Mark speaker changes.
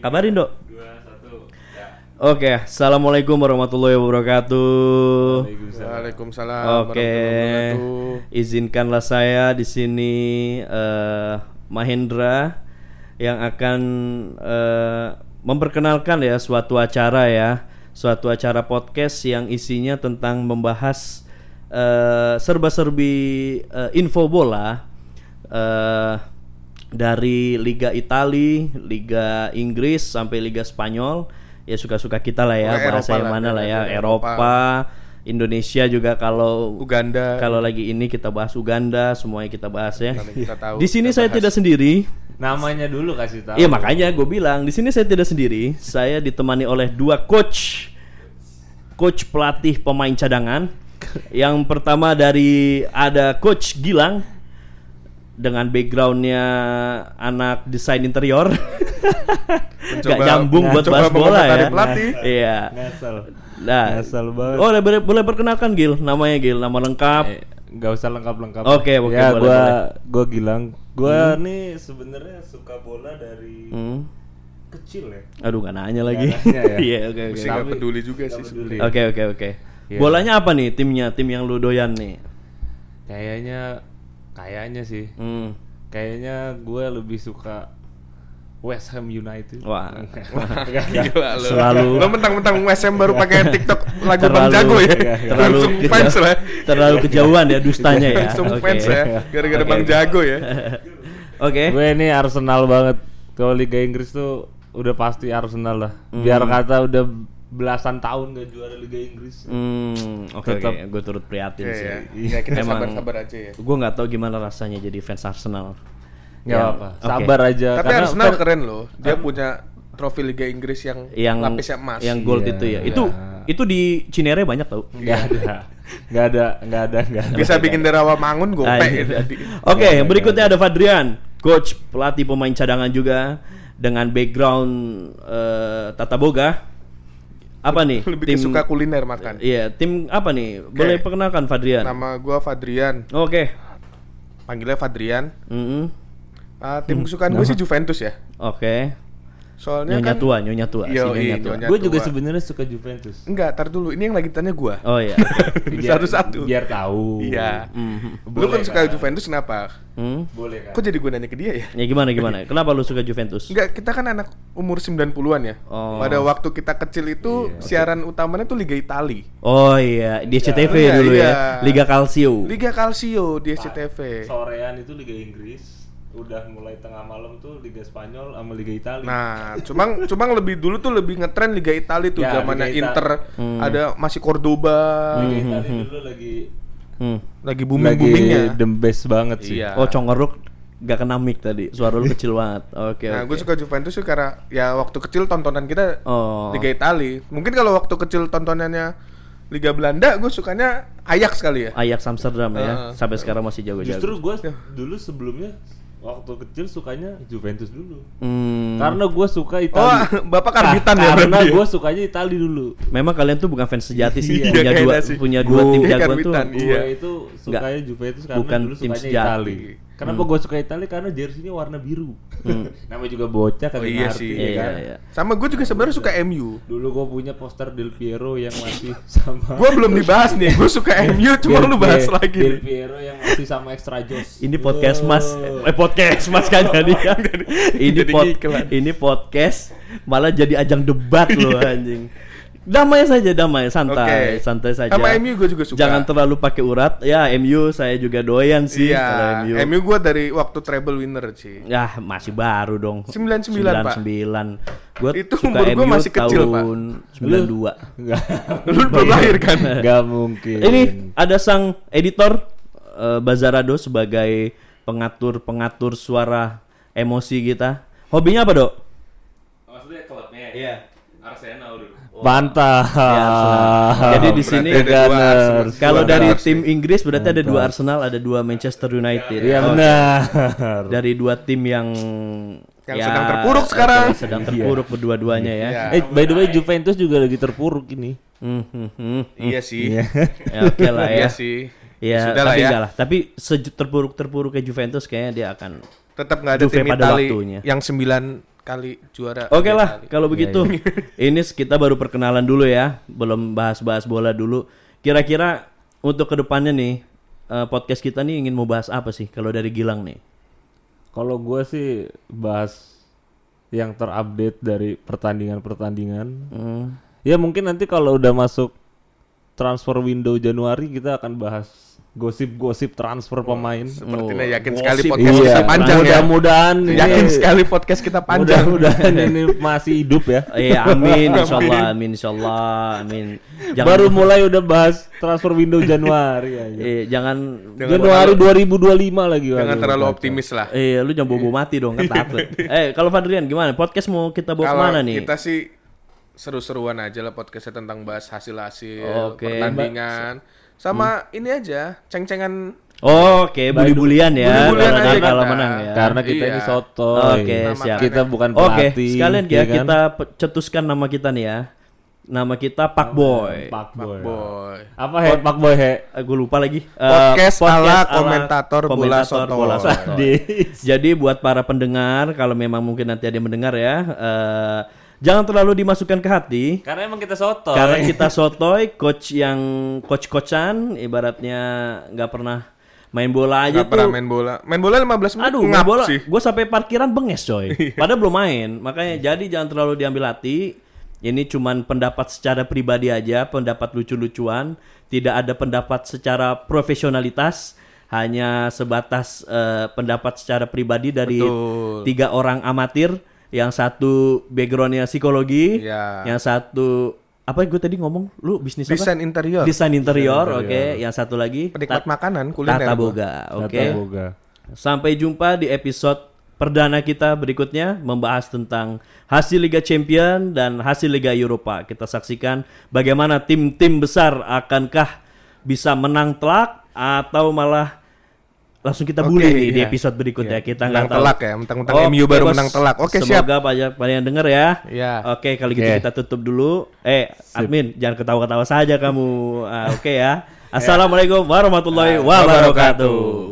Speaker 1: Kabarin dok. Oke, assalamualaikum warahmatullahi wabarakatuh.
Speaker 2: Waalaikumsalam.
Speaker 1: Oke, izinkanlah saya di sini eh, Mahendra yang akan eh, memperkenalkan ya suatu acara ya, suatu acara podcast yang isinya tentang membahas eh, serba-serbi eh, info bola eh, dari Liga Itali, Liga Inggris sampai Liga Spanyol. Ya suka-suka kita lah ya,
Speaker 2: Pokoknya
Speaker 1: bahasa
Speaker 2: Oh, Eropa
Speaker 1: yang
Speaker 2: lah,
Speaker 1: mana lah ya,
Speaker 2: dari
Speaker 1: Eropa.
Speaker 2: Eropa.
Speaker 1: Indonesia juga kalau
Speaker 2: Uganda.
Speaker 1: kalau lagi ini kita bahas Uganda, semuanya kita bahas ya.
Speaker 2: Karena kita tahu,
Speaker 1: Di sini
Speaker 2: kita
Speaker 1: saya
Speaker 2: bahas.
Speaker 1: tidak sendiri.
Speaker 3: Namanya dulu kasih tahu.
Speaker 1: Iya makanya gue bilang di sini saya tidak sendiri. Saya ditemani oleh dua coach, coach pelatih pemain cadangan. Yang pertama dari ada coach Gilang dengan backgroundnya anak desain interior. Gak
Speaker 2: Mencoba-
Speaker 1: nyambung buat
Speaker 2: mencoba
Speaker 1: bahas bola ya.
Speaker 2: mengomentari pelatih.
Speaker 1: Iya.
Speaker 3: Ngasal.
Speaker 1: Nah,
Speaker 3: Ngasal banget.
Speaker 1: oh boleh, boleh perkenalkan Gil, namanya Gil, nama lengkap.
Speaker 3: Eh, Nggak usah lengkap-lengkap.
Speaker 1: Oke, oke, boleh,
Speaker 3: ya, gua
Speaker 1: boleh.
Speaker 3: gua Gilang. Gua nih sebenarnya suka bola dari
Speaker 1: Hmm.
Speaker 3: kecil ya.
Speaker 1: Aduh nggak nanya lagi.
Speaker 3: nanya ya.
Speaker 1: Iya oke oke.
Speaker 2: Mesti nggak
Speaker 3: Tapi-
Speaker 2: peduli juga
Speaker 3: nggak
Speaker 2: sih.
Speaker 3: peduli.
Speaker 1: Oke oke oke.
Speaker 3: Iya.
Speaker 1: Bolanya apa nih timnya tim yang lu doyan nih?
Speaker 3: Kayaknya kayaknya sih.
Speaker 1: Hmm.
Speaker 3: Kayaknya gue lebih suka West Ham United.
Speaker 1: Wah.
Speaker 2: Gila lo.
Speaker 1: Selalu-
Speaker 2: Lo mentang-mentang USM baru pakai TikTok lagu Bang
Speaker 1: Terlalu-
Speaker 2: Jago ya.
Speaker 1: Terlalu
Speaker 2: Langsung
Speaker 1: keja-
Speaker 2: fans lah. ya.
Speaker 1: Terlalu kejauhan ya dustanya ya.
Speaker 2: Langsung
Speaker 1: Oke.
Speaker 2: fans ya. Gara-gara
Speaker 1: Oke,
Speaker 2: Bang
Speaker 1: oke.
Speaker 2: Jago ya.
Speaker 1: Oke.
Speaker 3: Gue ini Arsenal banget. Kalau Liga Inggris tuh udah pasti Arsenal lah.
Speaker 1: Hmm.
Speaker 3: Biar kata udah belasan tahun gak juara Liga Inggris.
Speaker 1: Hmm, oke
Speaker 3: Tetap.
Speaker 1: oke. Gue turut prihatin
Speaker 2: Iya,
Speaker 1: sih.
Speaker 2: iya. Iya, kita
Speaker 1: Emang-
Speaker 2: sabar-sabar aja ya.
Speaker 1: Gue nggak tahu gimana rasanya jadi fans Arsenal.
Speaker 3: Gak
Speaker 1: Ya,
Speaker 3: apa-apa.
Speaker 1: oke.
Speaker 3: Sabar aja.
Speaker 2: Tapi
Speaker 3: Karena
Speaker 2: Arsenal
Speaker 3: fan-
Speaker 2: keren loh. Dia punya trofi Liga Inggris yang,
Speaker 1: Yang
Speaker 2: lapisnya emas.
Speaker 1: Yang gold
Speaker 3: Iya.
Speaker 1: itu ya. Itu itu di Cinere banyak tau.
Speaker 3: nggak ada. nggak ada, nggak ada, nggak ada.
Speaker 2: Bisa bikin derawa mangun gope
Speaker 1: Ah,
Speaker 2: ya
Speaker 1: iya.
Speaker 2: jadi.
Speaker 1: Oke, berikutnya ada Fadrian, coach pelatih pemain cadangan juga dengan background eh, tata boga. Apa nih?
Speaker 2: Lebih suka kuliner makan.
Speaker 1: Iya, tim apa nih? Boleh
Speaker 2: Oke.
Speaker 1: perkenalkan Fadrian. Oke.
Speaker 2: Nama gua Fadrian. Panggilnya Fadrian.
Speaker 1: Mm-mm.
Speaker 2: Ah,
Speaker 1: Hmm.
Speaker 2: tim kesukaan gue sih Juventus ya.
Speaker 1: Oke.
Speaker 2: Soalnya
Speaker 1: Nyonya
Speaker 2: kan
Speaker 1: tua, nyonya tua, si
Speaker 2: Yoi,
Speaker 1: nyonya tua.
Speaker 2: nyonya.
Speaker 3: Gue juga
Speaker 2: tua.
Speaker 3: sebenarnya suka Juventus.
Speaker 2: Enggak, tar dulu. Ini yang lagi tanya gua.
Speaker 1: Oh iya. Mm-hmm.
Speaker 3: Biar-
Speaker 2: Satu-satu.
Speaker 3: Biar tahu.
Speaker 2: Iya. Lu
Speaker 3: Boleh
Speaker 2: kan suka
Speaker 3: kan?
Speaker 2: Juventus kenapa?
Speaker 1: Hmm?
Speaker 3: Boleh kan?
Speaker 2: Kok jadi gue nanya ke dia ya?
Speaker 1: Ya gimana gimana? Kenapa lu suka Juventus?
Speaker 2: Enggak, kita kan anak umur 90-an ya.
Speaker 1: Oh. Iya.
Speaker 2: Pada waktu kita kecil itu siaran utamanya tuh Liga Itali.
Speaker 1: Oh iya, di SCTV
Speaker 2: Iya,
Speaker 1: dulu
Speaker 2: iya.
Speaker 1: ya. Liga Calcio.
Speaker 2: Liga Calcio di SCTV.
Speaker 3: Sorean itu Liga Inggris. Udah mulai tengah malam tuh Liga Spanyol sama Liga Italia.
Speaker 2: Nah, cuma cuma lebih dulu tuh lebih ngetren Liga Itali tuh
Speaker 3: Ya,
Speaker 2: zamannya
Speaker 3: Liga Ita-
Speaker 2: Inter ada masih Cordoba
Speaker 3: Liga Italia dulu lagi
Speaker 1: Hmm.
Speaker 2: lagi
Speaker 3: booming
Speaker 2: booming-boomingnya.
Speaker 3: the best banget sih.
Speaker 2: Iya.
Speaker 1: Oh, Congoruk gak kena mic tadi. Suara lu kecil banget. Oke, iya,
Speaker 2: Nah,
Speaker 1: oke.
Speaker 2: gue suka Juventus tuh karena ya waktu kecil tontonan kita
Speaker 1: Oh.
Speaker 2: Liga Itali. Mungkin kalau waktu kecil tontonannya Liga Belanda, gue sukanya Ajax kali ya.
Speaker 1: Ajax Amsterdam ya.
Speaker 2: Heeh.
Speaker 1: Sampai sekarang masih jago-jago.
Speaker 3: Justru gue
Speaker 2: Iya.
Speaker 3: dulu sebelumnya waktu kecil sukanya Juventus dulu.
Speaker 1: Hmm,
Speaker 3: Karena gue suka
Speaker 2: Oh,
Speaker 1: Ah,
Speaker 3: Italia.
Speaker 2: Bapak karbitan ya
Speaker 3: Karena
Speaker 2: berarti ya?
Speaker 3: gue sukanya Italia dulu.
Speaker 1: memang kalian tuh bukan fans sejati sih.
Speaker 2: Iya,
Speaker 1: punya
Speaker 2: kayaknya
Speaker 1: dua
Speaker 2: sih.
Speaker 1: punya dua tim
Speaker 2: Gua-
Speaker 1: jagoan tuh.
Speaker 2: Karbitan,
Speaker 3: Gue
Speaker 2: Iya.
Speaker 3: itu sukanya Juventus karena
Speaker 1: Bukan
Speaker 3: dulu
Speaker 1: tim
Speaker 3: sukanya
Speaker 1: sejati. Hmm.
Speaker 3: Itali. Kenapa gue suka Itali? Karena jersey-nya warna biru. Namanya juga bocah kan
Speaker 2: Oh, iya sih.
Speaker 1: Iya,
Speaker 3: kan.
Speaker 1: iya.
Speaker 2: Sama gue juga sebenarnya suka MU.
Speaker 3: Dulu gue punya poster Del Piero yang masih sama.
Speaker 2: Gue belum dibahas nih. Gue suka
Speaker 1: Iya.
Speaker 2: MU, cuma
Speaker 3: Del-
Speaker 2: lu bahas
Speaker 3: Del-
Speaker 2: lagi.
Speaker 3: Del
Speaker 2: nih.
Speaker 3: Piero yang masih sama extra jos.
Speaker 1: Ini podcast
Speaker 3: Wow.
Speaker 1: Mas. Eh podcast Mas kan jadi. ini
Speaker 2: Oh. jadi
Speaker 1: pod,
Speaker 2: iklan.
Speaker 1: ini podcast malah jadi ajang debat loh anjing. Damai saja, damai, santai,
Speaker 2: Iya. Oke.
Speaker 1: santai saja.
Speaker 2: Sama MU gua juga suka.
Speaker 1: Jangan terlalu pakai urat. Ya, MU saya juga doyan sih
Speaker 2: Iya,
Speaker 1: kalau MU.
Speaker 2: MU gue dari waktu treble winner sih.
Speaker 1: Yah, Ya, masih baru dong.
Speaker 2: 99, Pak.
Speaker 1: 99. Gua
Speaker 2: Itu
Speaker 1: suka
Speaker 2: umur gua
Speaker 1: MU
Speaker 2: masih kecil, Pak.
Speaker 1: tahun 92.
Speaker 3: Nggak.
Speaker 1: Oh,
Speaker 2: Lu belum
Speaker 1: iya.
Speaker 2: lahir kan?
Speaker 3: Nggak mungkin.
Speaker 1: Ini ada sang editor eh, Bazarado sebagai pengatur-pengatur suara emosi kita. Hobinya apa, Dok?
Speaker 4: Maksudnya klubnya ya?
Speaker 1: Iya.
Speaker 4: Arsenal dulu.
Speaker 3: Mantap.
Speaker 1: Ya, Arsenal. Jadi di sini
Speaker 2: Berarti ada dua
Speaker 3: Gunners.
Speaker 2: Arsenal.
Speaker 1: kalau
Speaker 2: Suara
Speaker 1: dari
Speaker 2: Arsenal.
Speaker 1: tim Inggris berarti ada dua Arsenal, ada dua Manchester United.
Speaker 3: Iya
Speaker 1: Oh,
Speaker 3: benar.
Speaker 1: Dari dua tim yang ya,
Speaker 2: Yang sedang terpuruk sekarang.
Speaker 1: yang Sedang terpuruk berdua-duanya ya.
Speaker 2: Iya.
Speaker 3: Eh, by the way Juventus juga lagi terpuruk ini.
Speaker 1: Hmm, hmm, hmm.
Speaker 2: Iya sih.
Speaker 1: Ya, Oke lah ya.
Speaker 2: Iya sih.
Speaker 1: Ya,
Speaker 2: Sudah lah
Speaker 1: tapi
Speaker 2: ya.
Speaker 1: enggak lah. Tapi seju- terpuruk-terpuruk ke Juventus kayaknya dia akan
Speaker 2: Tetap nggak ada
Speaker 1: Juve
Speaker 2: tim
Speaker 1: pada
Speaker 2: Itali
Speaker 1: waktunya.
Speaker 2: yang 9 kali juara.
Speaker 1: Oke
Speaker 2: tiga
Speaker 1: lah,
Speaker 2: kali.
Speaker 1: kalau begitu
Speaker 2: iya.
Speaker 1: ini kita baru perkenalan dulu ya, belum bahas-bahas bola dulu. Kira-kira untuk kedepannya nih eh, podcast kita nih ingin mau bahas apa sih kalau dari Gilang nih?
Speaker 3: Kalau gue sih bahas yang terupdate dari pertandingan-pertandingan.
Speaker 1: Hmm.
Speaker 3: Ya mungkin nanti kalau udah masuk transfer window Januari kita akan bahas gosip-gosip transfer pemain. Iya,
Speaker 2: Sepertinya yakin sekali
Speaker 1: gosip.
Speaker 2: Oh, podcast
Speaker 1: Iya.
Speaker 2: kita panjang ya.
Speaker 3: Mudah-mudahan ini-
Speaker 2: Yakin sekali podcast kita panjang.
Speaker 3: Mudah-mudahan ini masih hidup ya.
Speaker 1: Eh, amin, insyaallah, amin, insyaallah, amin. Jangan,
Speaker 3: Baru mulai udah bahas transfer window Januari aja.
Speaker 1: eh, jangan,
Speaker 3: Januari 2025 lagi.
Speaker 2: Iya, Jangan
Speaker 3: waduh.
Speaker 2: terlalu optimis lah.
Speaker 1: eh, lu jangan bobo mati dong, kan takut. eh, kalau Fadrian gimana? Podcast mau kita bawa
Speaker 2: Iya. Kalau
Speaker 1: kemana nih?
Speaker 2: kita sih seru-seruan aja lah podcastnya tentang bahas hasil-hasil
Speaker 1: Oke.
Speaker 2: pertandingan sama ini aja ceng-cengan
Speaker 1: Oh, Oke, bully-bulian ya.
Speaker 2: Bully-bulian
Speaker 1: Kalau
Speaker 2: aja
Speaker 1: dia Kalau
Speaker 2: kita.
Speaker 1: menang ya.
Speaker 3: Karena kita
Speaker 2: Iya.
Speaker 3: ini sotoy.
Speaker 1: Oke, siap.
Speaker 3: Kita bukan
Speaker 1: Oke,
Speaker 3: pelatih.
Speaker 1: sekalian ya
Speaker 3: ya kan?
Speaker 1: kita pe- cetuskan nama kita nih ya. Nama kita Pak Boy.
Speaker 3: Pak
Speaker 2: Ya.
Speaker 3: Boy.
Speaker 2: boy.
Speaker 3: Apa he? Pak Boy he?
Speaker 1: Eh, gue lupa lagi. Eh,
Speaker 2: Podcast ala komentator bola sotoy.
Speaker 1: sotoy. Jadi buat para pendengar, kalau memang mungkin nanti ada yang mendengar ya, eh, jangan terlalu dimasukkan ke hati.
Speaker 3: Karena emang kita sotoy.
Speaker 1: Karena kita sotoy, coach yang coach-coachan, ibaratnya nggak pernah main bola aja
Speaker 2: Gak pernah
Speaker 1: tuh.
Speaker 2: main bola. Main bola 15 menit
Speaker 1: Aduh, main
Speaker 2: ngap
Speaker 1: bola.
Speaker 2: sih. Iya.
Speaker 1: Gue sampai parkiran benges coy. Padahal belum main. Makanya jadi jangan terlalu diambil hati. Ini cuman pendapat secara pribadi aja, pendapat lucu-lucuan. Tidak ada pendapat secara profesionalitas. Hanya sebatas eh, pendapat secara pribadi dari
Speaker 2: Betul.
Speaker 1: tiga orang amatir. Yang satu backgroundnya psikologi,
Speaker 2: Iya.
Speaker 1: yang satu apa gue tadi ngomong lu bisnis
Speaker 2: Desain
Speaker 1: apa?
Speaker 2: interior.
Speaker 1: Desain interior, oke. Yang satu lagi
Speaker 2: Penikmat
Speaker 1: tat-
Speaker 2: makanan kuliner.
Speaker 1: tata
Speaker 2: gua.
Speaker 1: boga, oke.
Speaker 3: Boga.
Speaker 1: Sampai jumpa di episode perdana kita berikutnya membahas tentang hasil Liga Champion dan hasil Liga Eropa. Kita saksikan bagaimana tim-tim besar akankah bisa menang telak atau malah langsung kita bully
Speaker 2: Oke,
Speaker 1: nih di
Speaker 2: iya.
Speaker 1: episode berikutnya. Kita nggak
Speaker 2: Menang
Speaker 1: tahu. Oh,
Speaker 2: telak ya, mentang-mentang MU baru
Speaker 1: bos.
Speaker 2: menang telak. Oke, siap.
Speaker 1: Semoga banyak banyak yang denger ya.
Speaker 2: Iya.
Speaker 1: Oke, kalau gitu
Speaker 3: Oke.
Speaker 1: kita tutup dulu. Eh, admin, jangan
Speaker 2: Iya.
Speaker 1: ketawa-ketawa saja kamu. Ah, Oke ya. Assalamualaikum warahmatullahi wabarakatuh.